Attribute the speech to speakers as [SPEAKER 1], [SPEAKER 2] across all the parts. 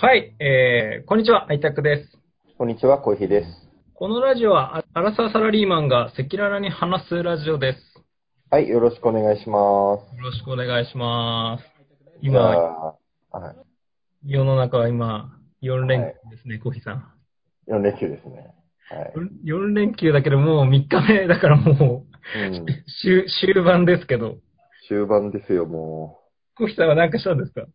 [SPEAKER 1] はい、えー、こんにちは、ハイタックです。
[SPEAKER 2] こんにちは、小ひです。
[SPEAKER 1] このラジオは、あアラサーサラリーマンが赤裸々に話すラジオです。
[SPEAKER 2] はい、よろしくお願いします。
[SPEAKER 1] よろしくお願いします。
[SPEAKER 2] じゃ
[SPEAKER 1] 今、
[SPEAKER 2] あ、はい、
[SPEAKER 1] 世の中は今、4連休ですね、コヒさん。
[SPEAKER 2] 4連休ですね。はい。
[SPEAKER 1] 4連休だけど、もう3日目だからもう、
[SPEAKER 2] うん、
[SPEAKER 1] 終終盤ですけど、
[SPEAKER 2] 終盤ですよ、も
[SPEAKER 1] コヒさんは何かしたんですか
[SPEAKER 2] う。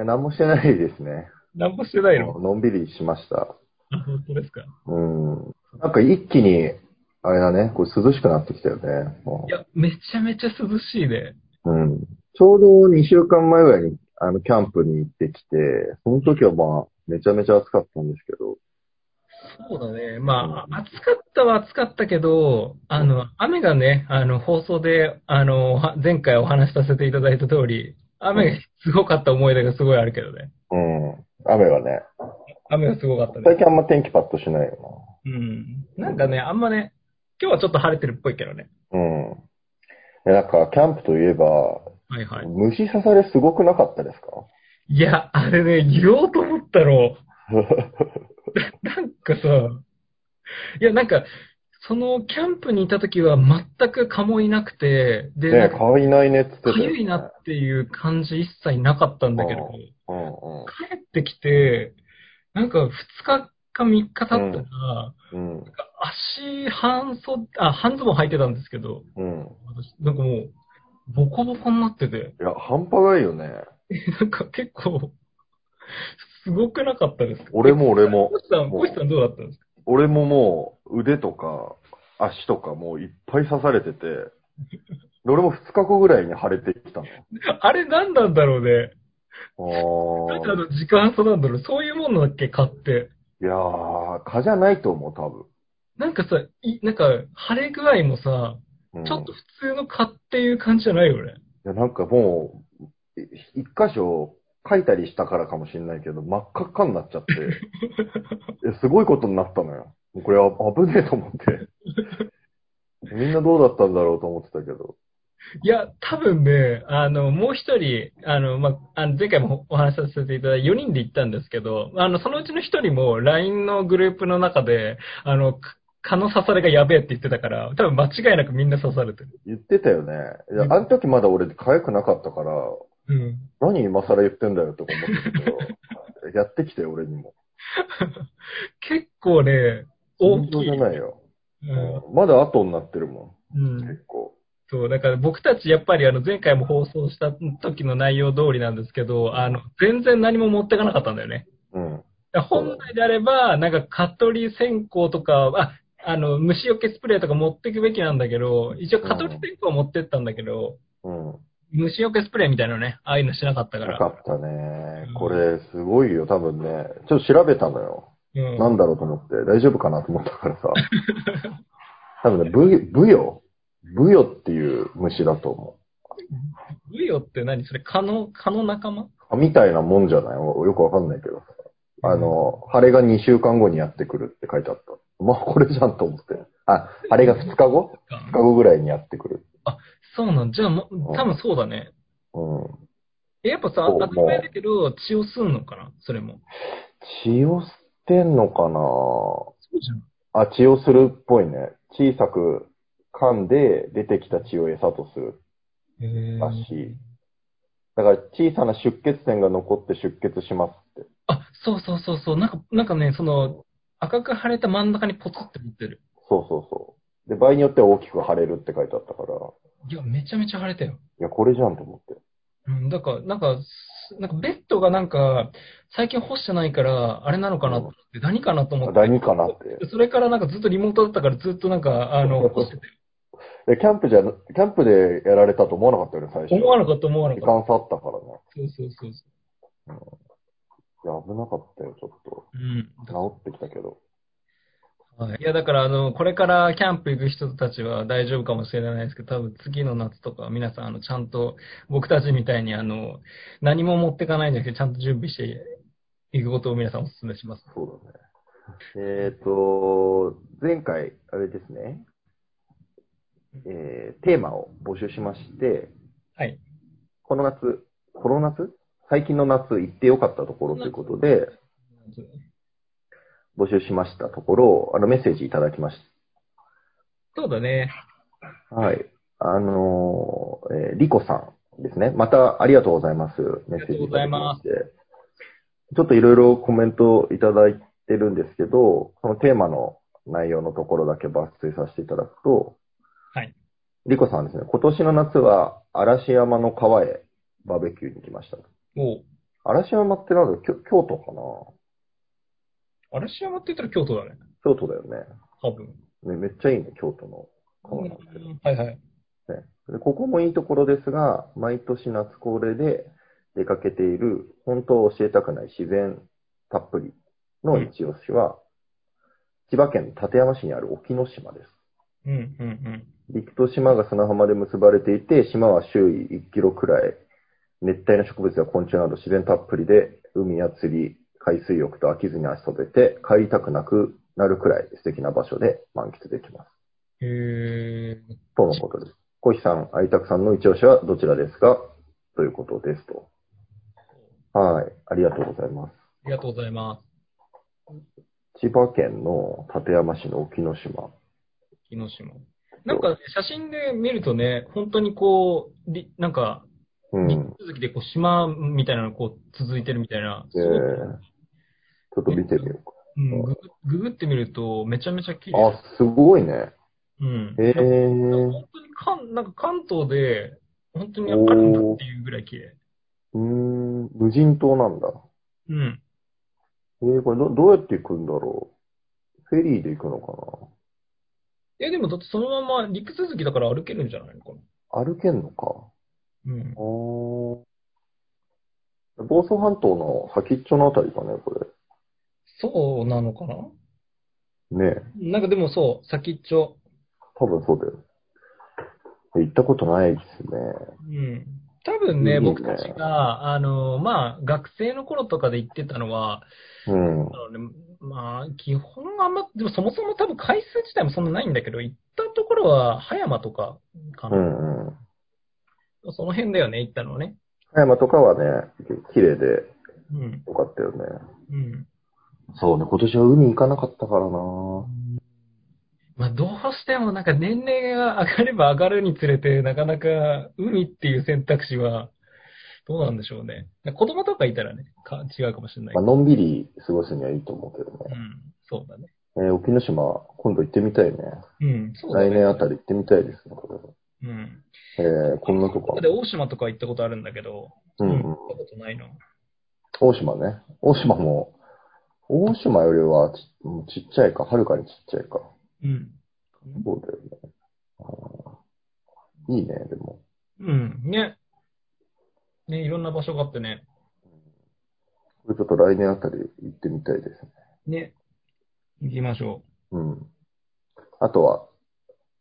[SPEAKER 2] え、何もしてないですね。
[SPEAKER 1] 何もしてないの
[SPEAKER 2] もうのんびりしました。
[SPEAKER 1] あ本当ですか
[SPEAKER 2] うん。なんか一気に、あれだね、こう涼しくなってきたよね。も
[SPEAKER 1] いや、めちゃめちゃ涼しいね。
[SPEAKER 2] ううん。ちょうど2週間前ぐらいに、あの、キャンプに行ってきて、その時はまあ、めちゃめちゃ暑かったんですけど、
[SPEAKER 1] そうだね。まあ、暑かったは暑かったけど、あの、雨がね、あの、放送で、あの、は前回お話しさせていただいた通り、雨がすごかった思い出がすごいあるけどね。
[SPEAKER 2] うん。雨はね、
[SPEAKER 1] 雨がすごかった
[SPEAKER 2] 最
[SPEAKER 1] ね。
[SPEAKER 2] 近あんま天気パッとしないよ
[SPEAKER 1] うん。なんかね、あんまね、今日はちょっと晴れてるっぽいけどね。
[SPEAKER 2] な。うん。でなんか、キャンプといえば、
[SPEAKER 1] はいはい。
[SPEAKER 2] 虫刺されすごくなかったですか
[SPEAKER 1] いや、あれね、言おうと思ったろ。なんかさ、いや、なんか、そのキャンプにいた時は全く蚊もいなくて、で、な
[SPEAKER 2] ね
[SPEAKER 1] ん
[SPEAKER 2] え、
[SPEAKER 1] か
[SPEAKER 2] 蚊いないねっつってた
[SPEAKER 1] か
[SPEAKER 2] よね
[SPEAKER 1] ゆいなっていう感じ一切なかったんだけど
[SPEAKER 2] う、うんうん
[SPEAKER 1] 帰ってきて、なんか2日か3日経ったら、
[SPEAKER 2] うんうん。
[SPEAKER 1] 足、半袖、あ、半ズボン履いてたんですけど、
[SPEAKER 2] うん。
[SPEAKER 1] 私、なんかもう、ボコボコになってて、
[SPEAKER 2] いや、半端ないよね。
[SPEAKER 1] なんか結構、すごくなかったですか
[SPEAKER 2] 俺も俺も
[SPEAKER 1] コシさん、
[SPEAKER 2] もう
[SPEAKER 1] コシさんどうだったんですか
[SPEAKER 2] 俺ももう腕とか足とかもういっぱい刺されてて、俺も2日後ぐらいに腫れてきた
[SPEAKER 1] あれ何なんだろうね。
[SPEAKER 2] の。
[SPEAKER 1] なん
[SPEAKER 2] あ
[SPEAKER 1] であ
[SPEAKER 2] ー
[SPEAKER 1] の時間差なんだろう。そういうものだっけ買って。
[SPEAKER 2] いやー、蚊じゃないと思う、多分。
[SPEAKER 1] なんかさ、いなんか、晴れ具合もさ、
[SPEAKER 2] うん
[SPEAKER 1] ちょっと普通の蚊っていう感じじゃないよね。
[SPEAKER 2] いや、なんかもう、い一箇所書いたりしたからかもしれないけど、真っ赤っかになっ ちゃって、いやすごいことになったのよ。もうこれあ危ねえと思って。みんなどうだったんだろうと思ってたけど。
[SPEAKER 1] いや、多分ね、あの、もう一人、あの、まあ、あの、前回もお話しさせていただいた4人で行ったんですけど、あの、そのうちの一人も LINE のグループの中で、あの、か蚊の刺されがやべえって言ってたから、多分間違いなくみんな刺されてる。
[SPEAKER 2] 言ってたよね。いや、あの時まだ俺、かゆくなかったから、
[SPEAKER 1] うん。
[SPEAKER 2] 何今更言ってんだよとか思ってた けど、やってきてよ、俺にも。
[SPEAKER 1] 結構ね、大
[SPEAKER 2] 本当
[SPEAKER 1] きい。
[SPEAKER 2] じゃないよ。
[SPEAKER 1] うん
[SPEAKER 2] うんまだ後になってるも
[SPEAKER 1] うん
[SPEAKER 2] ん、。結構。
[SPEAKER 1] そう、だから僕たちやっぱりあの前回も放送した時の内容通りなんですけど、あの、全然何も持ってかなかったんだよね。
[SPEAKER 2] うん。
[SPEAKER 1] 本来であれば、なんか、蚊取り線香とか、あ、あの、虫除けスプレーとか持っていくべきなんだけど、一応蚊取り線香持ってったんだけど、
[SPEAKER 2] うん。
[SPEAKER 1] 虫除けスプレーみたいなのね、ああいうのしなかったか。
[SPEAKER 2] なからったね。これ、すごいよ、多分ね。ちょっと調べたのよ。
[SPEAKER 1] うん
[SPEAKER 2] なんだろうと思って、大丈夫かなと思ったから さ。多分ね、ブブヨブヨっていう虫だと思
[SPEAKER 1] ブヨって何それ蚊の、蚊の仲間
[SPEAKER 2] う。蚊みたいなもんじゃないおよくわかんないけどさ。あの、晴れが2週間後にやってくるって書いてあった。まあ、これじゃんと思って。あ、晴れが2日後 ?2 日後ぐらいにやってくる。
[SPEAKER 1] そうなんじゃあ、も
[SPEAKER 2] うん
[SPEAKER 1] 多分そうだね。
[SPEAKER 2] うん。
[SPEAKER 1] えやっぱさ、
[SPEAKER 2] そう
[SPEAKER 1] 当たり前だけど、血を吸うのかなそれも。
[SPEAKER 2] 血を吸ってんのか
[SPEAKER 1] そうじゃん。
[SPEAKER 2] なあ、血をするっぽいね。小さく噛んで出てきた血を餌とする
[SPEAKER 1] へ
[SPEAKER 2] ら
[SPEAKER 1] ー
[SPEAKER 2] しい。だから小さな出血点が残って出血しますって。
[SPEAKER 1] あ、そうそうそうそう。なんか、なんかね、その、赤く腫れた真ん中にポツって持ってる。
[SPEAKER 2] そうそうそう。で、場合によっては大きく腫れるって書いてあったから、い
[SPEAKER 1] いや、めちゃめちゃ腫れたよ。
[SPEAKER 2] や、これじゃんと思って。
[SPEAKER 1] うん、だから、なんか、すなんかベッドがなんか、最近干してないから、あれなのかなと思って、何かなと思
[SPEAKER 2] あ
[SPEAKER 1] って。
[SPEAKER 2] ダニかなって。
[SPEAKER 1] それからなんかずっとリモートだったからずっとなんか、あの、干してて、
[SPEAKER 2] で、キャンプじゃ、キャンプでやられたと思わなかったよね、最初。
[SPEAKER 1] 思わなかった思わな
[SPEAKER 2] 時
[SPEAKER 1] かった。
[SPEAKER 2] 間差あったからね。
[SPEAKER 1] そうそうそうそ
[SPEAKER 2] いや、危なかったよ、ちょっと。
[SPEAKER 1] う。うん。
[SPEAKER 2] 治ってきたけど。
[SPEAKER 1] はい、いや、だから、あの、これからキャンプ行く人たちは大丈夫かもしれないですけど、多分次の夏とかは皆さん、あの、ちゃんと、僕たちみたいに、あの、何も持ってかないんじゃなくて、ちゃんと準備していくことを皆さんお勧めします。
[SPEAKER 2] そうだね。えっ、と、前回、あれですね、えーテーマを募集しまして、
[SPEAKER 1] はい。
[SPEAKER 2] この夏、この夏最近の夏行ってよかったところということで、
[SPEAKER 1] ですね。
[SPEAKER 2] 募集しましたところ、あの、メッセージいただきまし
[SPEAKER 1] そうだね。
[SPEAKER 2] た。はい。あのー、えーリコさんですね。またありがとうございます。メッセージいただきまして。ちょっといろいろコメントいただいてるんですけど、そのテーマの内容のところだけ抜粋させていただくと、
[SPEAKER 1] はい。
[SPEAKER 2] リコさんですね。今年の夏は嵐山の川へバーベキューに来ました。
[SPEAKER 1] も
[SPEAKER 2] 嵐山ってなんだきょ京都かな
[SPEAKER 1] う、嵐山って言ったら京都だね。
[SPEAKER 2] 京都だよね。
[SPEAKER 1] 多分。
[SPEAKER 2] ね、めっちゃいいね、京都の川なんですけど。
[SPEAKER 1] はいはい。
[SPEAKER 2] ね、でここもいいところですが、毎年夏恒例で出かけている、本当は教えたくない自然たっぷりの一押しは、千葉県館山市にある沖ノ島です。
[SPEAKER 1] うんうん
[SPEAKER 2] 陸と島が砂浜で結ばれていて、島は周囲1キロくらい、熱帯の植物や昆虫など自然たっぷりで、海や釣り、海水浴と飽きずに足とべて、帰りたくなくなるくらい素敵な場所で満喫できます。
[SPEAKER 1] うん。へえ。
[SPEAKER 2] とのことです。コヒさん、愛拓さんの一押しはどちらですかということですと。はい。ありがとうございます。
[SPEAKER 1] ありがとうございます。
[SPEAKER 2] 千葉県の館山市の沖ノ島。
[SPEAKER 1] 木の島。なんか、写真で見るとね、本当にこう、りなんか、
[SPEAKER 2] うん。
[SPEAKER 1] 続きでこう島みたいなのがこう続いてるみたいな。
[SPEAKER 2] えー、ちょっと見てみよう
[SPEAKER 1] うん、ググググってみると、めちゃめちゃ綺
[SPEAKER 2] か。
[SPEAKER 1] 麗。
[SPEAKER 2] あ、すごいね。
[SPEAKER 1] うん。
[SPEAKER 2] えー。
[SPEAKER 1] 本当に関、なんか関東で、本当にあるんだっていうぐらい綺麗。
[SPEAKER 2] うーん、無人島なんだ。
[SPEAKER 1] うん。
[SPEAKER 2] えー、これどどうやって行くんだろう。フェリーで行くのか
[SPEAKER 1] え、でもだってそのまま陸続きだから歩けるんじゃないのか
[SPEAKER 2] な歩けんのか。
[SPEAKER 1] な。うん。
[SPEAKER 2] おー房総半島の先っちょのあたりかね、こ
[SPEAKER 1] そうなのかな
[SPEAKER 2] れ。ねえ
[SPEAKER 1] なんかでもそう、先っちょ。
[SPEAKER 2] 多分そうだよ。え行ったことないですね。
[SPEAKER 1] うん。多分ね、
[SPEAKER 2] いいね
[SPEAKER 1] 僕たちが、あの、まあ、学生の頃とかで行ってたのは、
[SPEAKER 2] うん。
[SPEAKER 1] あのねまあ、基本あんま、でもそもそも多分回数自体もそんなないんだけど、行ったところは葉山とかか
[SPEAKER 2] う
[SPEAKER 1] な。
[SPEAKER 2] んうん。
[SPEAKER 1] その辺だよね、行ったのはね。
[SPEAKER 2] 葉山とかはね、綺麗で
[SPEAKER 1] うん。
[SPEAKER 2] よかったよね。
[SPEAKER 1] うん。
[SPEAKER 2] そうね、今年は海行かなかったからな
[SPEAKER 1] まあ、どうしてもなんか年齢が上がれば上がるにつれて、なかなか海っていう選択肢は、どうなんでしょうね。子供とかいたらね、か違うかもしれない
[SPEAKER 2] まあ
[SPEAKER 1] けど。
[SPEAKER 2] のんびり過ごすにはいいと思うけど
[SPEAKER 1] う
[SPEAKER 2] ね。
[SPEAKER 1] ん。そうだね。
[SPEAKER 2] えー沖ノ島、今度行ってみたいね。
[SPEAKER 1] うん。そうだね。
[SPEAKER 2] 来年あたり行ってみたいですね、これ
[SPEAKER 1] うん。
[SPEAKER 2] えー、こんなとこ
[SPEAKER 1] で、。大島とか行ったことあるんだけど、
[SPEAKER 2] うんうん
[SPEAKER 1] 行ったことないな。
[SPEAKER 2] 大島ね。大島も、大島よりはちもうちっちゃいか、はるかにちっちゃいか。
[SPEAKER 1] うん。
[SPEAKER 2] そうだよねあー。いいね、でも。
[SPEAKER 1] うん。ね。ね、いろんな場所があってね。
[SPEAKER 2] これちょっと来年あたり行ってみたいですね。
[SPEAKER 1] ね。行きましょ
[SPEAKER 2] うん。あとは、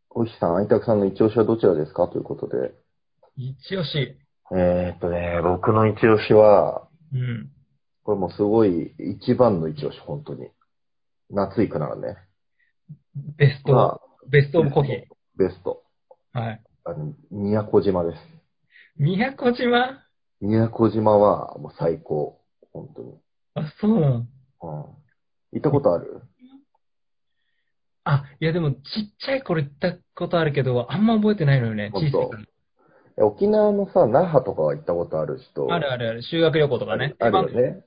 [SPEAKER 2] おひさん、愛拓さんの一押しはどちらですかということで。
[SPEAKER 1] う。一押し。
[SPEAKER 2] えー、っとね、僕の一押しは、
[SPEAKER 1] うん。
[SPEAKER 2] これもうすごい一番の一押し、本当に。夏行くならね。
[SPEAKER 1] ベスト、
[SPEAKER 2] まあ、
[SPEAKER 1] ベストオブコーヒー。
[SPEAKER 2] ベスト。
[SPEAKER 1] はい。
[SPEAKER 2] あの、宮古島です。
[SPEAKER 1] 宮古島
[SPEAKER 2] 宮古島はもう最高。本当に。
[SPEAKER 1] あ、そうなの。
[SPEAKER 2] うん。行ったことある
[SPEAKER 1] あ、いやでもちっちゃい頃行ったことあるけど、あんま覚えてないのよね。小
[SPEAKER 2] 本当
[SPEAKER 1] さい
[SPEAKER 2] え沖縄のさ、那覇とかは行ったことある人。
[SPEAKER 1] 頃あるあるある。修学旅行とかね。
[SPEAKER 2] あるよね。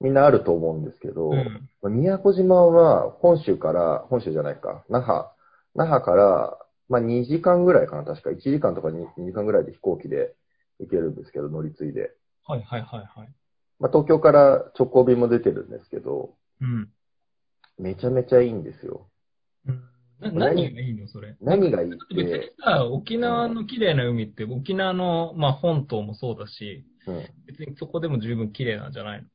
[SPEAKER 2] みんなあると思うんですけど、
[SPEAKER 1] うん
[SPEAKER 2] まあ宮古島は本州から、本州じゃないか、那覇、那覇から、まあ2時間ぐらいかな、確か。1時間とか 2, 時間ぐらいで飛行機で行けるんですけど、乗り継いで。
[SPEAKER 1] はいはいはいはい。
[SPEAKER 2] まあ東京から直行便も出てるんですけど、
[SPEAKER 1] うん。
[SPEAKER 2] めちゃめちゃいいんですよ。
[SPEAKER 1] うんな
[SPEAKER 2] 何
[SPEAKER 1] 何がいいのそれ。
[SPEAKER 2] 何がいいっ
[SPEAKER 1] 別に
[SPEAKER 2] て、
[SPEAKER 1] さ、沖縄の綺麗な海って、沖縄の、まあ、本島もそうだし、
[SPEAKER 2] うん
[SPEAKER 1] 別にそこでも十分綺麗なんじゃないの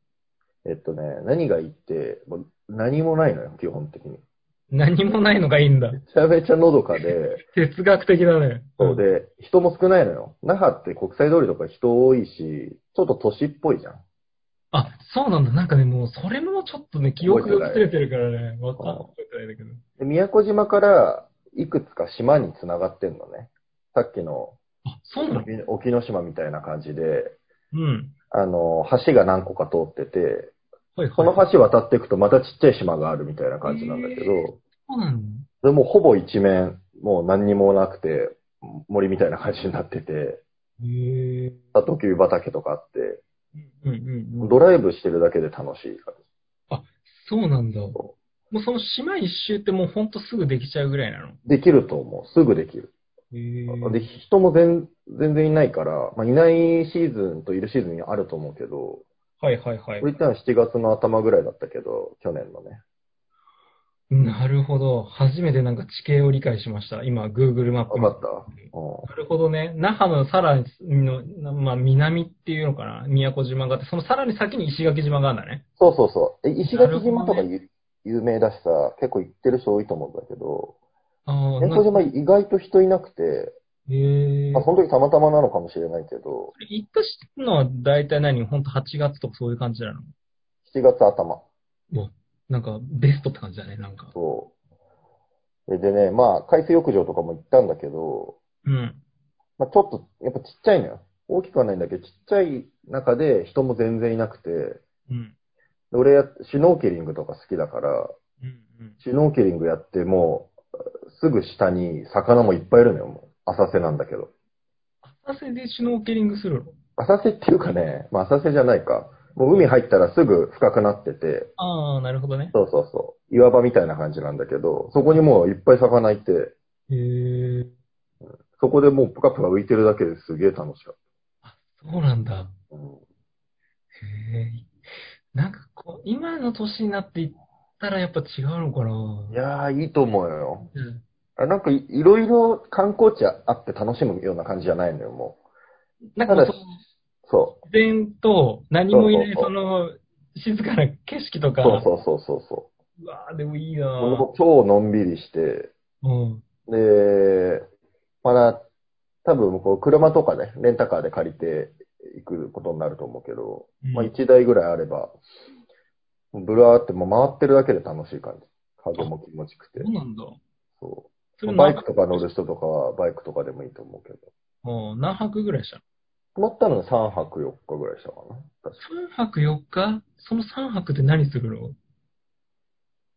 [SPEAKER 2] えっとね、何がいいって、もう何もないのよ、基本的に。
[SPEAKER 1] 何もないのがいいんだ。
[SPEAKER 2] めちゃめちゃのどかで、
[SPEAKER 1] 哲学的だね。
[SPEAKER 2] そうで、人も少ないのよ。那覇って国際通りとか人多いし、ちょっと都市っぽいじゃん。
[SPEAKER 1] あ、そうなんだ。なんかね、もう、それもちょっとね、記憶が薄れてるからね、わかん
[SPEAKER 2] うん
[SPEAKER 1] 覚えてないんだけど。
[SPEAKER 2] で宮古島からいくつか島に繋がってんのね。さっきの
[SPEAKER 1] あ、そうなの
[SPEAKER 2] 沖沖ノ島みたいな感じで、
[SPEAKER 1] うん。
[SPEAKER 2] あの、橋が何個か通ってて、
[SPEAKER 1] はいはい。
[SPEAKER 2] その橋渡っていくとまたちっちゃい島があるみたいな感じなんだけ
[SPEAKER 1] へー
[SPEAKER 2] ど、
[SPEAKER 1] そうなの
[SPEAKER 2] それもほぼ一面、もう何にもなくて、森みたいな感じになってて、
[SPEAKER 1] へえ。
[SPEAKER 2] サトキュー畑とかあって、
[SPEAKER 1] うんうんうん。
[SPEAKER 2] ドライブしてるだけで楽しい感じ。
[SPEAKER 1] そうなんだ。も
[SPEAKER 2] そう
[SPEAKER 1] その島一周ってもうほんとすぐできちゃうぐらいなの。
[SPEAKER 2] できると思う。すぐできる。
[SPEAKER 1] へ
[SPEAKER 2] で、人も全全然いないから、まあ、いないシーズンといるシーズンにあると思うけど、
[SPEAKER 1] え。はいはいはい
[SPEAKER 2] これ。行ったのは7月の頭ぐらいだったけど、去年のね。
[SPEAKER 1] なるほど。初めてなんか地形を理解しました。今、Google マップ
[SPEAKER 2] 分
[SPEAKER 1] 見
[SPEAKER 2] か
[SPEAKER 1] て
[SPEAKER 2] った、うん
[SPEAKER 1] なるほどね。那覇のさらにの、まあ、南っていうのかな。宮古島があって、そのさらに先に石垣島があるんだね。
[SPEAKER 2] そうそうそう。え石
[SPEAKER 1] なる
[SPEAKER 2] 垣
[SPEAKER 1] ほど
[SPEAKER 2] 島
[SPEAKER 1] ね
[SPEAKER 2] とかゆ、有名だしさ、結構行ってる人多いと思うんだけど、
[SPEAKER 1] ああ、
[SPEAKER 2] 宮古島意外と人いなくて、
[SPEAKER 1] へえ。
[SPEAKER 2] まあ、その時たまたまなのかもしれないけど、
[SPEAKER 1] 行ったのは大体何ほんと8月とかそういう感じなの
[SPEAKER 2] 7月頭。
[SPEAKER 1] なんか、ベストって感じだね、なんか。
[SPEAKER 2] そう。でね、まあ、海水浴場とかも行ったんだけど、
[SPEAKER 1] うん。
[SPEAKER 2] まあ、ちょっと、やっぱちっちゃいのよ。大きくはないんだけど、ちっちゃい中で人も全然いなくて、
[SPEAKER 1] うん。
[SPEAKER 2] で俺や、シュノーケリングとか好きだから、
[SPEAKER 1] うんうん。
[SPEAKER 2] シュノーケリングやってもう、すぐ下に魚もいっぱいいるのよ、もう。浅瀬なんだけど。
[SPEAKER 1] 浅瀬でシュノーケリングするの
[SPEAKER 2] 浅瀬っていうかね、まあ浅瀬じゃないか。もう海入ったらすぐ深くなってて、
[SPEAKER 1] ああ、なるほどね。
[SPEAKER 2] そうそうそう。岩場みたいな感じなんだけど、そこにもういっぱい魚いて、
[SPEAKER 1] へえ。
[SPEAKER 2] そこでもうぷかぷか浮いてるだけですげえ楽しかっ
[SPEAKER 1] そうなんだ。
[SPEAKER 2] た。うん
[SPEAKER 1] へえ。なんかこう、今の年になっていったらやっぱ違うのかない
[SPEAKER 2] やー、いいと思うよ。
[SPEAKER 1] うん
[SPEAKER 2] あなんかいいろいろ観光地あって楽しむような感じじゃないのよ、も
[SPEAKER 1] なんかこう
[SPEAKER 2] ただう。そ
[SPEAKER 1] 自然と何もいない、
[SPEAKER 2] そ
[SPEAKER 1] そ
[SPEAKER 2] うそう
[SPEAKER 1] の、静かな景色と
[SPEAKER 2] う。
[SPEAKER 1] か。
[SPEAKER 2] そうそうそうそうそう
[SPEAKER 1] わぁ、でもいいな
[SPEAKER 2] う。
[SPEAKER 1] ぁ
[SPEAKER 2] もう超のんびりして、
[SPEAKER 1] うん。
[SPEAKER 2] で、まだ、多分こう車とかね、レンタカーで借りていくことになると思うけど、
[SPEAKER 1] うん
[SPEAKER 2] まあ1台ぐらいあれば、ブラーってもう回ってるだけで楽しい感じ。風も気持ちくて
[SPEAKER 1] そ。うなんだ。
[SPEAKER 2] そ。
[SPEAKER 1] そうれ
[SPEAKER 2] まあバイクとか乗る人とかはバイクとかでもいいと思うけど。
[SPEAKER 1] うん何泊ぐらいしたの
[SPEAKER 2] 乗ったのが3泊4日ぐらいしたかな。確か
[SPEAKER 1] ?3 泊4日その3泊って何するの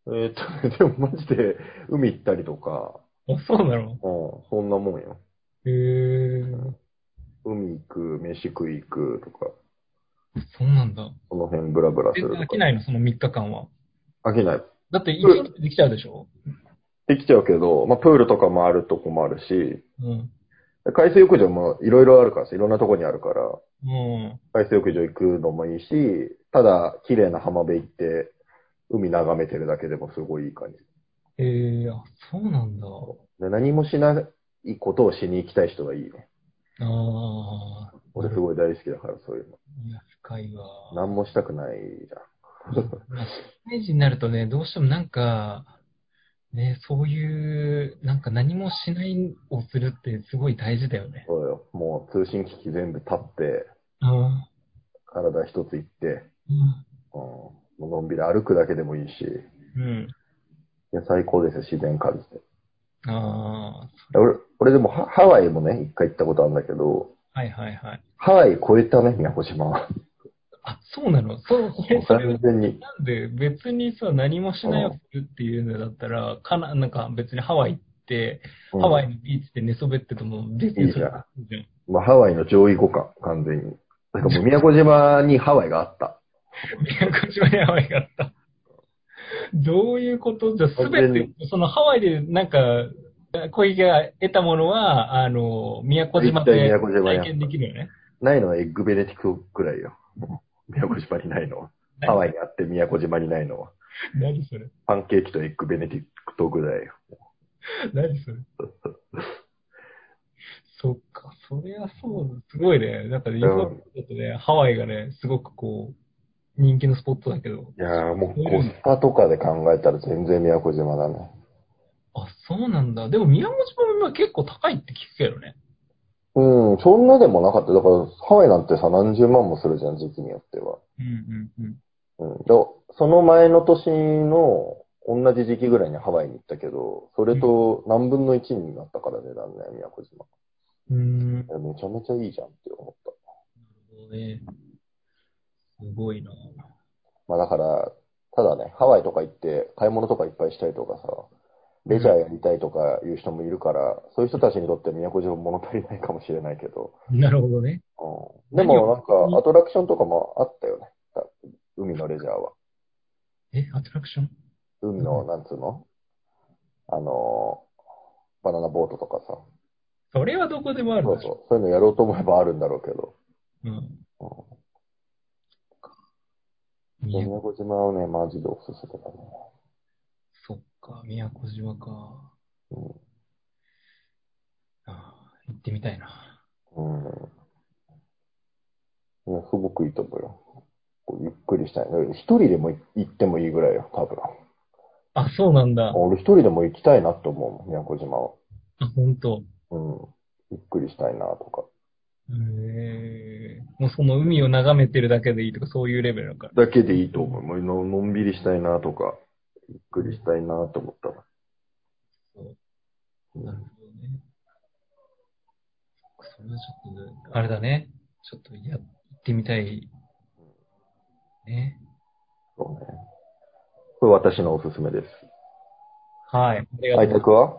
[SPEAKER 2] えーっと、で もマジで海行ったりとか、
[SPEAKER 1] あ、そうなの
[SPEAKER 2] うん、そんなもんよ。
[SPEAKER 1] へえ。
[SPEAKER 2] 海行く、飯食い行くとか、
[SPEAKER 1] そうなんだ。
[SPEAKER 2] その辺ブラブラす
[SPEAKER 1] 全
[SPEAKER 2] ると
[SPEAKER 1] 然
[SPEAKER 2] か
[SPEAKER 1] 飽。きないの、その3日間は。
[SPEAKER 2] 飽きない。
[SPEAKER 1] だって1日でできちゃうでしょ
[SPEAKER 2] できちゃうけど、まあ、プールとかもあるとこもあるし、
[SPEAKER 1] うん。
[SPEAKER 2] 海水浴場もいろいろあるからさ、いろんなとこにあるから、
[SPEAKER 1] うん。
[SPEAKER 2] 海水浴場行くのもいいし、ただ、綺麗な浜辺行って、海眺めてるだけでもすごいいい感じ。
[SPEAKER 1] へえ、あ、そうなんだ。
[SPEAKER 2] で何もしないことをしに行きたい人がいいね。
[SPEAKER 1] ああ。
[SPEAKER 2] 俺すごい大好きだから、そういうの。
[SPEAKER 1] いや、深いわ。
[SPEAKER 2] 何もしたくないじ
[SPEAKER 1] まあ社会人になるとね、どうしてもなんか、ね、そういう、なんか何もしないをするってすごい大事だよね。
[SPEAKER 2] ゃん。そうよ。もう通信機器全部立って、
[SPEAKER 1] あ
[SPEAKER 2] 体一つ行って、
[SPEAKER 1] あ。
[SPEAKER 2] うん、もうのんびり歩くだけでもいいし、
[SPEAKER 1] うん。
[SPEAKER 2] いや最高ですよ、自然感じて。
[SPEAKER 1] あ
[SPEAKER 2] 俺、俺でもハハワイもね、一回行ったことあるんだけど、
[SPEAKER 1] あ。はいはいはい。
[SPEAKER 2] ハワイ超えたね、宮古島は。
[SPEAKER 1] あ、そうなのそう、えそれは
[SPEAKER 2] 完全に。
[SPEAKER 1] なんで別にさ、何もしないをするっていうのだったら、かな、なんか別にハワイ行って、
[SPEAKER 2] うん
[SPEAKER 1] ハワイのビーチで寝そべってても、別にそれ
[SPEAKER 2] いいじゃん
[SPEAKER 1] いいじゃん
[SPEAKER 2] まあ、ハワイの上位互換、完全に。な んかもう宮古島にハワイがあった。
[SPEAKER 1] 宮古島にハワイがあった。どういうことじゃ、すべ
[SPEAKER 2] 完
[SPEAKER 1] て
[SPEAKER 2] 全、
[SPEAKER 1] そのハワイでなんか、小池が得たものは、あの、宮古島
[SPEAKER 2] 絶対
[SPEAKER 1] で
[SPEAKER 2] 宮古島や
[SPEAKER 1] 体験できるよね。
[SPEAKER 2] ないのはエッグベネティクトぐらいよ。 宮古島にないのは。ハワイにあって宮古島にないのは。
[SPEAKER 1] 何それ
[SPEAKER 2] パンケーキとエッグベネティクトぐらいよ。
[SPEAKER 1] 何それそっか、そりゃそう、すごいね。なんかね、今だとね、ハワイがね、すごくこう、人気のスポットだけど。
[SPEAKER 2] いやーもうコスパとかで考えたら全然宮古島だね。
[SPEAKER 1] あ、そうなんだ。でも宮古島も今結構高いって聞くけどね。
[SPEAKER 2] うん、そんなでもなかった。だからハワイなんてさ、何十万もするじゃん、時期によっては。
[SPEAKER 1] うんうんうん。
[SPEAKER 2] うん、でその前の年の同じ時期ぐらいにハワイに行ったけど、それと何分の1になったから値段ね、宮古島。
[SPEAKER 1] うーん。なる
[SPEAKER 2] めちゃめちゃいいじゃんって思っ
[SPEAKER 1] ほどね。すごいな。
[SPEAKER 2] まあだから、ただね、ハワイとか行って買い物とかいっぱいしたりとかさ、レジャーやりたいとかいう人もいるから、そういう人たちにとって宮古島物足りないかもしれないけど、
[SPEAKER 1] なるほどね。
[SPEAKER 2] うん、でもなんかアトラクションとかもあったよね。だ海のレジャーは。
[SPEAKER 1] え、アトラクション
[SPEAKER 2] 海の、なんつうのあの、バナナボートとかさ。
[SPEAKER 1] それはどこでもある
[SPEAKER 2] そう
[SPEAKER 1] でし
[SPEAKER 2] そ
[SPEAKER 1] ょ。
[SPEAKER 2] う。そういうのやろうと思えばあるんだろうけど。
[SPEAKER 1] うん。
[SPEAKER 2] う
[SPEAKER 1] い
[SPEAKER 2] ん、
[SPEAKER 1] や
[SPEAKER 2] 宮古島はね、マジでおすすめだね。
[SPEAKER 1] そっか、宮古島か。
[SPEAKER 2] うん
[SPEAKER 1] あー行ってみたいな。
[SPEAKER 2] うん。いや、すごくいいと思うよ。こうゆっくりしたい。一人でもい行ってもいいぐらいよ、多分。
[SPEAKER 1] あ、そうなんだ。
[SPEAKER 2] 俺一人でも行きたいなと思うもん、宮古島は。
[SPEAKER 1] あ、ほんと。
[SPEAKER 2] うん。ゆっくりしたいなとか。
[SPEAKER 1] へーもうその海を眺めてるだけでいいとか、そういうレベルだから。
[SPEAKER 2] だけでいいと思う。もうののんびりしたいなとか、ゆっくりしたいなと思ったら。
[SPEAKER 1] そう
[SPEAKER 2] うん
[SPEAKER 1] なるほどね。そっかそれはちょっと、あれだね。ちょっとや、行ってみたい。ね。
[SPEAKER 2] そうね。これ私のおすすめです。
[SPEAKER 1] はい。ありがとうござい
[SPEAKER 2] 愛
[SPEAKER 1] ます
[SPEAKER 2] 宅は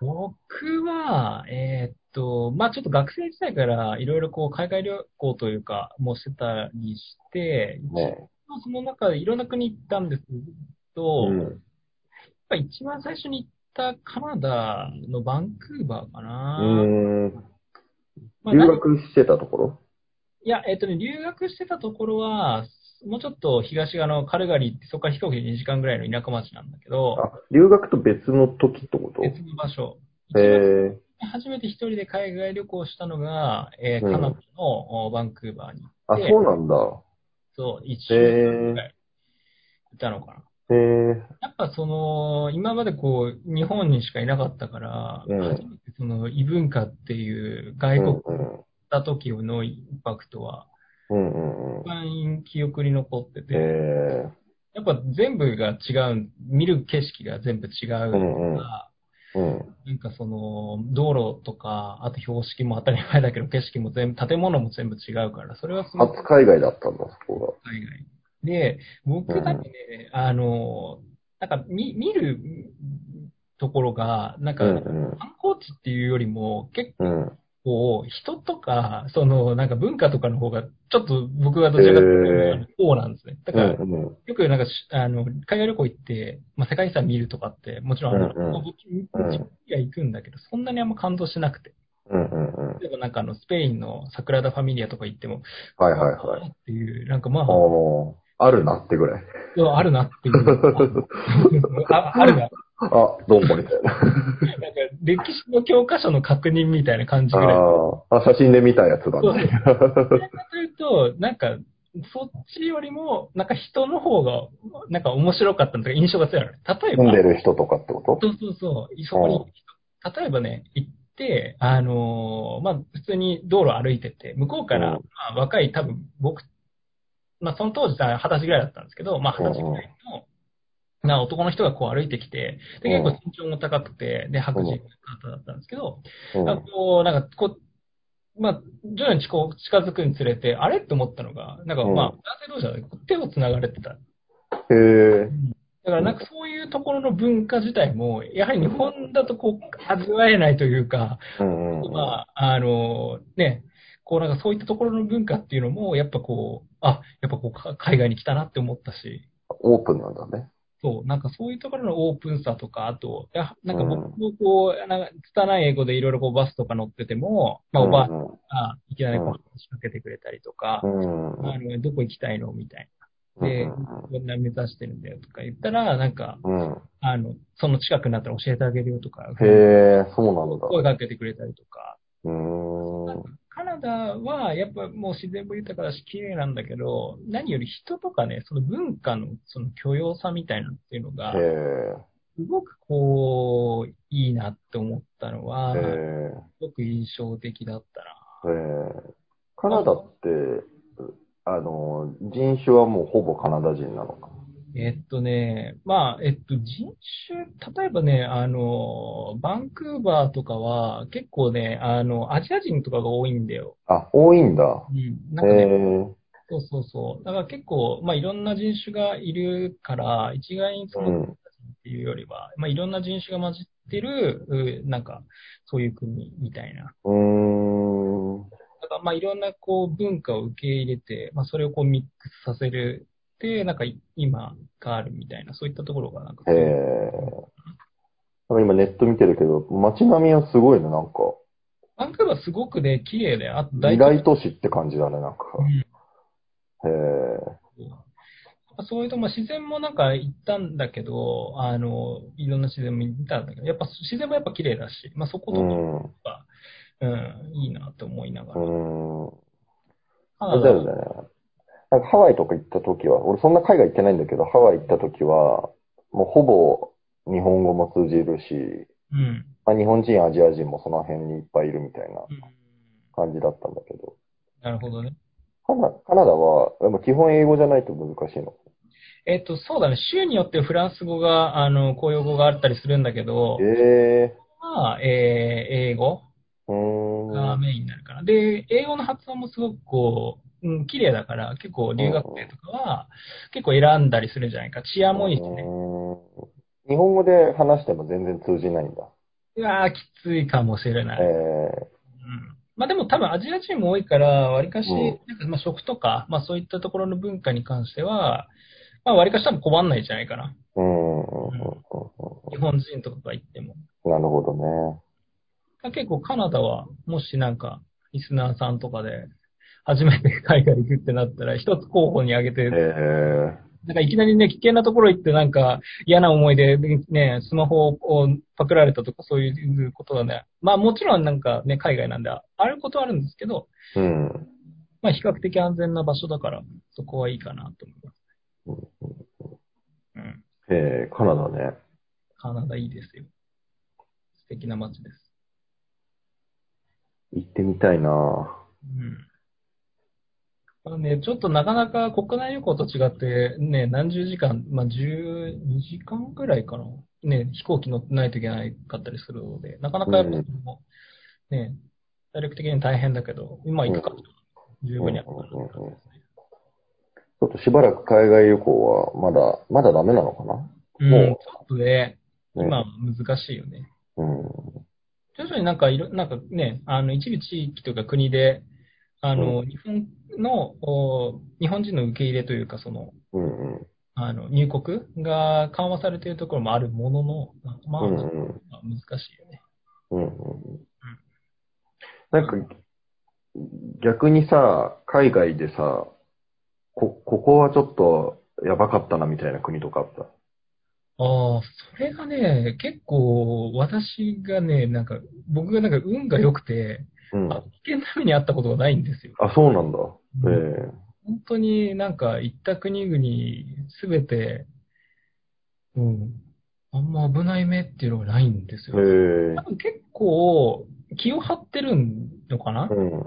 [SPEAKER 1] 僕は、えーっと、まあちょっと学生時代からいろいろこう海外旅行というか、もうしてたりして、
[SPEAKER 2] ね
[SPEAKER 1] 一応その中でいろんな国行ったんですけ
[SPEAKER 2] え。
[SPEAKER 1] ど、
[SPEAKER 2] う
[SPEAKER 1] やっ
[SPEAKER 2] ん。
[SPEAKER 1] ぱ一番最初に行ったカナダのバンクーバーかな。
[SPEAKER 2] うーん。
[SPEAKER 1] まあ
[SPEAKER 2] 留
[SPEAKER 1] なん
[SPEAKER 2] 学してたところ
[SPEAKER 1] いや、えーっとね、留学してたところは、もうちょっと東側のカルガリーって、そこから飛行機で2時間ぐらいの田舎町なんだけど、
[SPEAKER 2] あ、留学と別の時ってこと
[SPEAKER 1] 別の場所。一
[SPEAKER 2] へ
[SPEAKER 1] 番
[SPEAKER 2] え。
[SPEAKER 1] 初めて一人で海外旅行をしたのが、えー
[SPEAKER 2] うん
[SPEAKER 1] カナダのおバンクーバーに行
[SPEAKER 2] あ、
[SPEAKER 1] って、
[SPEAKER 2] そうなんだ。
[SPEAKER 1] そう、一週間
[SPEAKER 2] へ
[SPEAKER 1] ぐらいいたのかな。
[SPEAKER 2] え。へえ。
[SPEAKER 1] やっぱその、今までこう、日本にしかいなかったから、
[SPEAKER 2] うん
[SPEAKER 1] 初めてその異文化っていう
[SPEAKER 2] う
[SPEAKER 1] 外
[SPEAKER 2] ん
[SPEAKER 1] 国
[SPEAKER 2] う
[SPEAKER 1] 行っ
[SPEAKER 2] ん。
[SPEAKER 1] た時のインパクトは、
[SPEAKER 2] うんうんうん
[SPEAKER 1] 一。番記憶に残って
[SPEAKER 2] へ
[SPEAKER 1] て、
[SPEAKER 2] え。
[SPEAKER 1] やっぱ全部が違う、見る景色が全部違うから、
[SPEAKER 2] うんうんうん。
[SPEAKER 1] なんかその、道路とか、あと標識も当たり前だけど、景色も全部、建物も全部違うから、それはすごく
[SPEAKER 2] 初海外だったんだ、そこ
[SPEAKER 1] 海外。で、僕だけね、あの、なんか見、見るところが、なんか、
[SPEAKER 2] が。うん
[SPEAKER 1] 観光地っていうよりも、結
[SPEAKER 2] うん。うん。
[SPEAKER 1] 構、人とか、その、なんか文化とかの方が、ちょっと僕はどちらかというと、こうなんですね。だ
[SPEAKER 2] う
[SPEAKER 1] から、
[SPEAKER 2] んうん。
[SPEAKER 1] よくなんかし、あの、海外旅行行って、まあ、世界遺産見るとかって、もちろん、あの、
[SPEAKER 2] うんうん
[SPEAKER 1] 僕僕が行くんだけど、そんなにあんま感動しなくて。
[SPEAKER 2] うんうんうん。
[SPEAKER 1] 例えばなんかあの、スペインのサクラダ・ファミリアとか行っても、
[SPEAKER 2] はいはいはい。
[SPEAKER 1] っていう、なんかまあ、
[SPEAKER 2] ああ、あるなって ぐらい。
[SPEAKER 1] そうあるなっていう。ああるな。
[SPEAKER 2] あ、どうもみたいな。
[SPEAKER 1] なんか歴史の教科書の確認みたいな感じぐらい。
[SPEAKER 2] あーあ、写真で見たやつだ
[SPEAKER 1] そう
[SPEAKER 2] ね。
[SPEAKER 1] そうそういうと、なんか、そっちよりも、なんか人の方が、なんか面白かったのとか印象が強いのね。例え
[SPEAKER 2] 住ん
[SPEAKER 1] ば、
[SPEAKER 2] でる人とかってこと
[SPEAKER 1] そうそうそう、そこに行く人、例えばね、行って、あのーまあ、普通に道路歩いてて、向こうから、
[SPEAKER 2] うん
[SPEAKER 1] まあ、若い、多分僕、まあ、その当時さ、二十歳ぐらいだったんですけど、まあ、二十歳ぐらいの、な男の人がこう歩いてきて、で、結
[SPEAKER 2] うん
[SPEAKER 1] 構身長も高くて、で、白人の方だったんですけど、
[SPEAKER 2] うん。
[SPEAKER 1] なんかこう、なんかこう、まあ、徐々にこう近づくにつれて、あれって思ったのが、なんかまあ、
[SPEAKER 2] う
[SPEAKER 1] 男性同士だね、手を繋がれてた。
[SPEAKER 2] へえ。
[SPEAKER 1] だからなんかそういうところの文化自体も、やはり日本だとこう、味わえないというか、
[SPEAKER 2] うんうんうん。
[SPEAKER 1] まあ、あの、ね、こうなんかそういったところの文化っていうのも、やっぱこう、あ、やっぱこうか、海外に来たなって思ったし、
[SPEAKER 2] オープンなんだね。
[SPEAKER 1] そう、なんかそういうところのオープンさとか、あと、いやなんか
[SPEAKER 2] うん
[SPEAKER 1] 僕もこう、なんか、拙い英語でいろいろこうバスとか乗ってても、まあおばあちゃんがいきなりこう
[SPEAKER 2] うん
[SPEAKER 1] 話しかけてくれたりとか
[SPEAKER 2] う、んうん。
[SPEAKER 1] あの、どこ行きたいのみたいな。
[SPEAKER 2] う
[SPEAKER 1] で、
[SPEAKER 2] ん
[SPEAKER 1] こんな目指してるんだよとか言ったら、なんか、
[SPEAKER 2] うんうん。
[SPEAKER 1] あの、その近くになったら教えてあげるよとか、
[SPEAKER 2] へえ、そうなんだ。
[SPEAKER 1] 声かけてくれたりとか。
[SPEAKER 2] うーん。
[SPEAKER 1] カナダはやっぱもう自然も豊かだし綺麗なんだけど、何より人とかね、その文化のその許容さみたいなっていうのが
[SPEAKER 2] へ、え。
[SPEAKER 1] すごくこう、いいなって思ったのは、
[SPEAKER 2] へ
[SPEAKER 1] す
[SPEAKER 2] え。
[SPEAKER 1] ごく印象的だったな。
[SPEAKER 2] えーカナダって、あの、人種はもうほぼカナダ人なのか。
[SPEAKER 1] えっとね、まあ、えっと、人種、例えばね、あの、バンクーバーとかは結構ね、あの、アジア人とかが多いんだよ。
[SPEAKER 2] あ、多いんだ。
[SPEAKER 1] うん。
[SPEAKER 2] へ
[SPEAKER 1] なんかね、
[SPEAKER 2] ー
[SPEAKER 1] そうそうそう。だから結構、まあいろんな人種がいるから、一概にその
[SPEAKER 2] うん
[SPEAKER 1] っていうよりは、まあいろんな人種が混じってる、うなんか、そういう国みたいな。
[SPEAKER 2] うーん。
[SPEAKER 1] だからまあいろんなこう文化を受け入れて、まあそれをこうミックスさせるって、なんかい今があるみたいな、そういったところがなんか
[SPEAKER 2] へ。え。なんか今ネット見てるけど、街並みはすごいね、なんか。
[SPEAKER 1] バンクーバーすごくね、綺麗で、あと
[SPEAKER 2] 未
[SPEAKER 1] 都
[SPEAKER 2] 来都市って感じだね、なんか。
[SPEAKER 1] うん
[SPEAKER 2] へえ。
[SPEAKER 1] そういうと、まあ、自然もなんか行ったんだけど、あの、いろんな自然も行ったんだけど、やっぱ自然もやっぱ綺麗だし、まあ、そこ
[SPEAKER 2] う
[SPEAKER 1] とか、
[SPEAKER 2] ん。
[SPEAKER 1] うん、いいなって思いながら。
[SPEAKER 2] うん。
[SPEAKER 1] カ
[SPEAKER 2] あ
[SPEAKER 1] ナ
[SPEAKER 2] れだ
[SPEAKER 1] ダ
[SPEAKER 2] よね。なんかハワイとか行った時は、俺そんな海外行ってないんだけど、ハワイ行った時は、もうほぼ日本語も通じるし、
[SPEAKER 1] うん。
[SPEAKER 2] まあ、日本人、アジア人もその辺にいっぱいいるみたいな
[SPEAKER 1] うん
[SPEAKER 2] 感じだったんだけど、
[SPEAKER 1] なるほどね。
[SPEAKER 2] カナカナダは、でも基本英語じゃないと難しいの。
[SPEAKER 1] えっと、そうだね。州によってフランス語が、あの、公用語があったりするんだけど、
[SPEAKER 2] ええ
[SPEAKER 1] まあ、えー英語
[SPEAKER 2] ー、うー
[SPEAKER 1] が
[SPEAKER 2] ん。
[SPEAKER 1] メインになるかな。で、英語の発音もすごくこう、うん、綺麗だから、結構留学生とかは、結構選んだりするんじゃないか。治安もいいしね。
[SPEAKER 2] うーん日本語で話しても全然通じないんだ。
[SPEAKER 1] いやー、きついかもしれない。
[SPEAKER 2] え
[SPEAKER 1] うん、
[SPEAKER 2] え
[SPEAKER 1] まあでも多分アジア人も多いから、わりかし、
[SPEAKER 2] うん
[SPEAKER 1] なんかまあ食とか、まあそういったところの文化に関しては、まあわりかし多分困んないんじゃないかな。
[SPEAKER 2] ー、うんうんうんうんうん
[SPEAKER 1] 日本人とかが行っても。
[SPEAKER 2] なるほどね。
[SPEAKER 1] 結構カナダは、もしなんか、リスナーさんとかで、初めて海外行くってなったら、一つ候補に挙げて、
[SPEAKER 2] ええ
[SPEAKER 1] なんかいきなりね、危険なところ行ってなんか嫌な思いでね、スマホをパクられたとかそういうことはね、まあもちろんなんかね、海外なんであることはあるんですけど、
[SPEAKER 2] うん。
[SPEAKER 1] まあ比較的安全な場所だから、そこはいいかなと思います。うん。
[SPEAKER 2] ええカナダね。
[SPEAKER 1] カナダいいですよ。素敵な街です。
[SPEAKER 2] 行ってみたいな
[SPEAKER 1] うん。まあね、ちょっとなかなか国内旅行と違って、ね、何十時間、まあ、12時間ぐらいかな。ね、飛行機乗ってないといけないかったりするので、なかなかやっぱ、
[SPEAKER 2] うん
[SPEAKER 1] ね、体力的に大変だけど、今行くか、十分にある
[SPEAKER 2] うんうんうんうんちょっとしばらく海外旅行はまだ、まだダメなのかな
[SPEAKER 1] うん、
[SPEAKER 2] もう
[SPEAKER 1] ちょっとね、
[SPEAKER 2] ね
[SPEAKER 1] 今は難しいよね。
[SPEAKER 2] うん。
[SPEAKER 1] 徐々になんかいろ、なんかね、あの、一部地域というか国で、あの、日本の、お日本人の受け入れというか、その、
[SPEAKER 2] うんうん。
[SPEAKER 1] あの、入国が緩和されているところもあるものの、まあ、
[SPEAKER 2] うん
[SPEAKER 1] ま
[SPEAKER 2] うん。
[SPEAKER 1] あ難しいよね。
[SPEAKER 2] うんうん。なんか、逆にさ、海外でさ、こ、ここはちょっとやばかったなみたいな国とかあった。
[SPEAKER 1] ああ、それがね、結構、私がね、なんか、僕がなんか運が良くて、
[SPEAKER 2] うん。
[SPEAKER 1] あ
[SPEAKER 2] あ
[SPEAKER 1] 危、険な目にあったことがないんですよ。
[SPEAKER 2] そうなんだ。え
[SPEAKER 1] 本当になんか、行った国々すべて、うん、あんま危ない目っていうのがないんです
[SPEAKER 2] え
[SPEAKER 1] よ。
[SPEAKER 2] へえ
[SPEAKER 1] 多分結構、気を張ってるのかな
[SPEAKER 2] うんうん。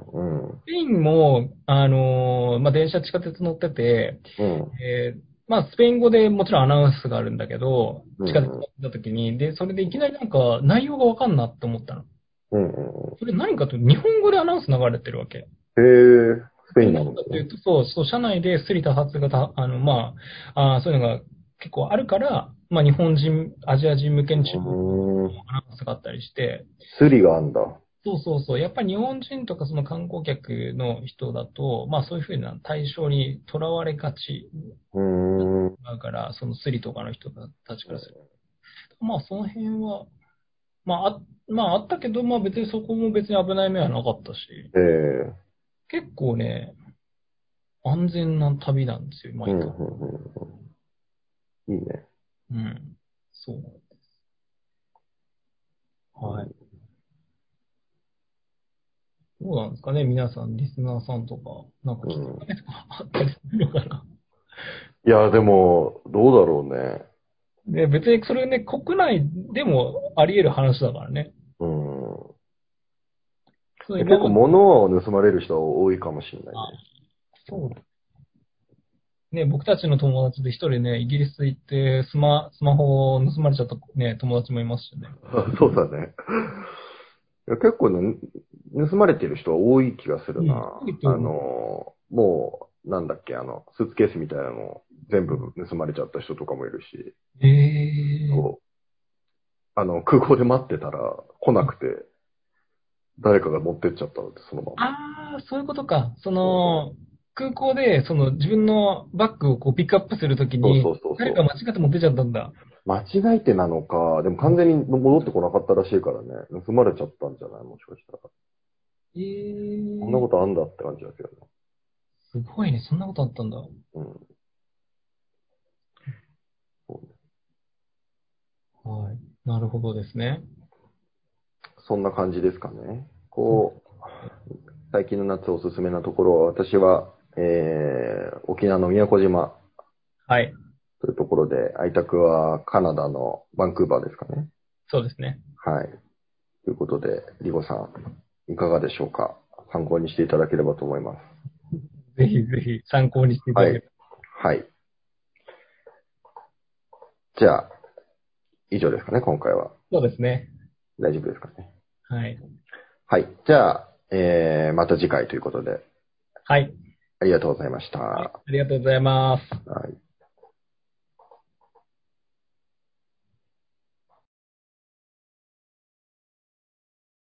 [SPEAKER 1] スペインも、あのーまあ、電車、地下鉄乗ってて、
[SPEAKER 2] うん。
[SPEAKER 1] えーまあ、スペイン語でもちろんアナウンスがあるんだけど、
[SPEAKER 2] うん
[SPEAKER 1] 地下鉄乗った時に、で、それでいきなりなんか内容がわかんなって思ったの。
[SPEAKER 2] うんうん
[SPEAKER 1] それ何かというと日本語でアナウンス流れてるわけ。
[SPEAKER 2] うん。へえスペインな
[SPEAKER 1] 何
[SPEAKER 2] の
[SPEAKER 1] かというと、そう、そう、社内でスリ多発がた、あの、まあ、あーそういうのが結構あるから、まあ、日本人、アジア人向けに中国語
[SPEAKER 2] うーん。
[SPEAKER 1] のアナウンスがあったりして、
[SPEAKER 2] スリがあんだ。
[SPEAKER 1] そうそうそう。やっぱり日本人とかその観光客の人だと、まあそういうふうな対象にとらわれがち
[SPEAKER 2] うーん。
[SPEAKER 1] だから、そのスリとかの人たちからすると。まあその辺は、まああ、まああったけど、まあ別にそこも別に危ない目はなかったし、
[SPEAKER 2] ええ
[SPEAKER 1] 結構ね、安全な旅なんですよ、毎
[SPEAKER 2] うん
[SPEAKER 1] 回。
[SPEAKER 2] うんうんうん。いいね。
[SPEAKER 1] うん。そうなんです。はい。どうなんですかね皆さん、リスナーさんとか、なんか聞かないとかあったりするのかな、
[SPEAKER 2] いや、でも、どうだろうね。
[SPEAKER 1] ね、別にそれね、国内でもあり得る話だからね。
[SPEAKER 2] うん。
[SPEAKER 1] そう
[SPEAKER 2] 結構物を盗まれる人は多いかもしれないね。
[SPEAKER 1] そうだね、僕たちの友達で一人ね、イギリス行ってスマ、スマホを盗まれちゃった、ね、友達もいますしね。
[SPEAKER 2] そうだね。いや結構ね、盗まれてる人は多い気がするな
[SPEAKER 1] うん多い。と
[SPEAKER 2] あ
[SPEAKER 1] 思う
[SPEAKER 2] の、もなんだっけ、あの、スーツケースみたいなのを全部盗まれちゃった人とかもいるし、
[SPEAKER 1] ええ
[SPEAKER 2] こう、あの、空港で待ってたら来なくて、誰かが持ってっちゃったのって、そのまま。
[SPEAKER 1] ああ、そういうことか。その、空港で、その、自分のバッグをこうピックアップするときに
[SPEAKER 2] そうそうそうそう、
[SPEAKER 1] 誰か間違って持ってっちゃったんだ。
[SPEAKER 2] 間違えてなのか、でも完全に戻ってこなかったらしいからね、盗まれちゃったんじゃないもしかしたら。
[SPEAKER 1] ええ
[SPEAKER 2] こんなことあんだって感じだけどね。
[SPEAKER 1] すごいね、そんなことあったんだ。
[SPEAKER 2] うん。そうね
[SPEAKER 1] はい。なるほどですね。
[SPEAKER 2] そんな感じですかね。こう、最近の夏おすすめなところは、私は、えー、沖縄の宮古島
[SPEAKER 1] はい。
[SPEAKER 2] というところで、愛宅はカナダのバンクーバーですかね。
[SPEAKER 1] そうですね。
[SPEAKER 2] はい。ということで、リゴさん、いかがでしょうか参考にしていただければと思います。
[SPEAKER 1] ぜひぜひ参考にしていただければ
[SPEAKER 2] はい。じゃあ、以上ですかね、今回は。
[SPEAKER 1] そうですね。
[SPEAKER 2] 大丈夫ですかね。
[SPEAKER 1] はい。
[SPEAKER 2] はい。じゃあ、えー、また次回ということで、
[SPEAKER 1] はい。
[SPEAKER 2] ありがとうございました。
[SPEAKER 1] ありがとうございます。
[SPEAKER 2] はい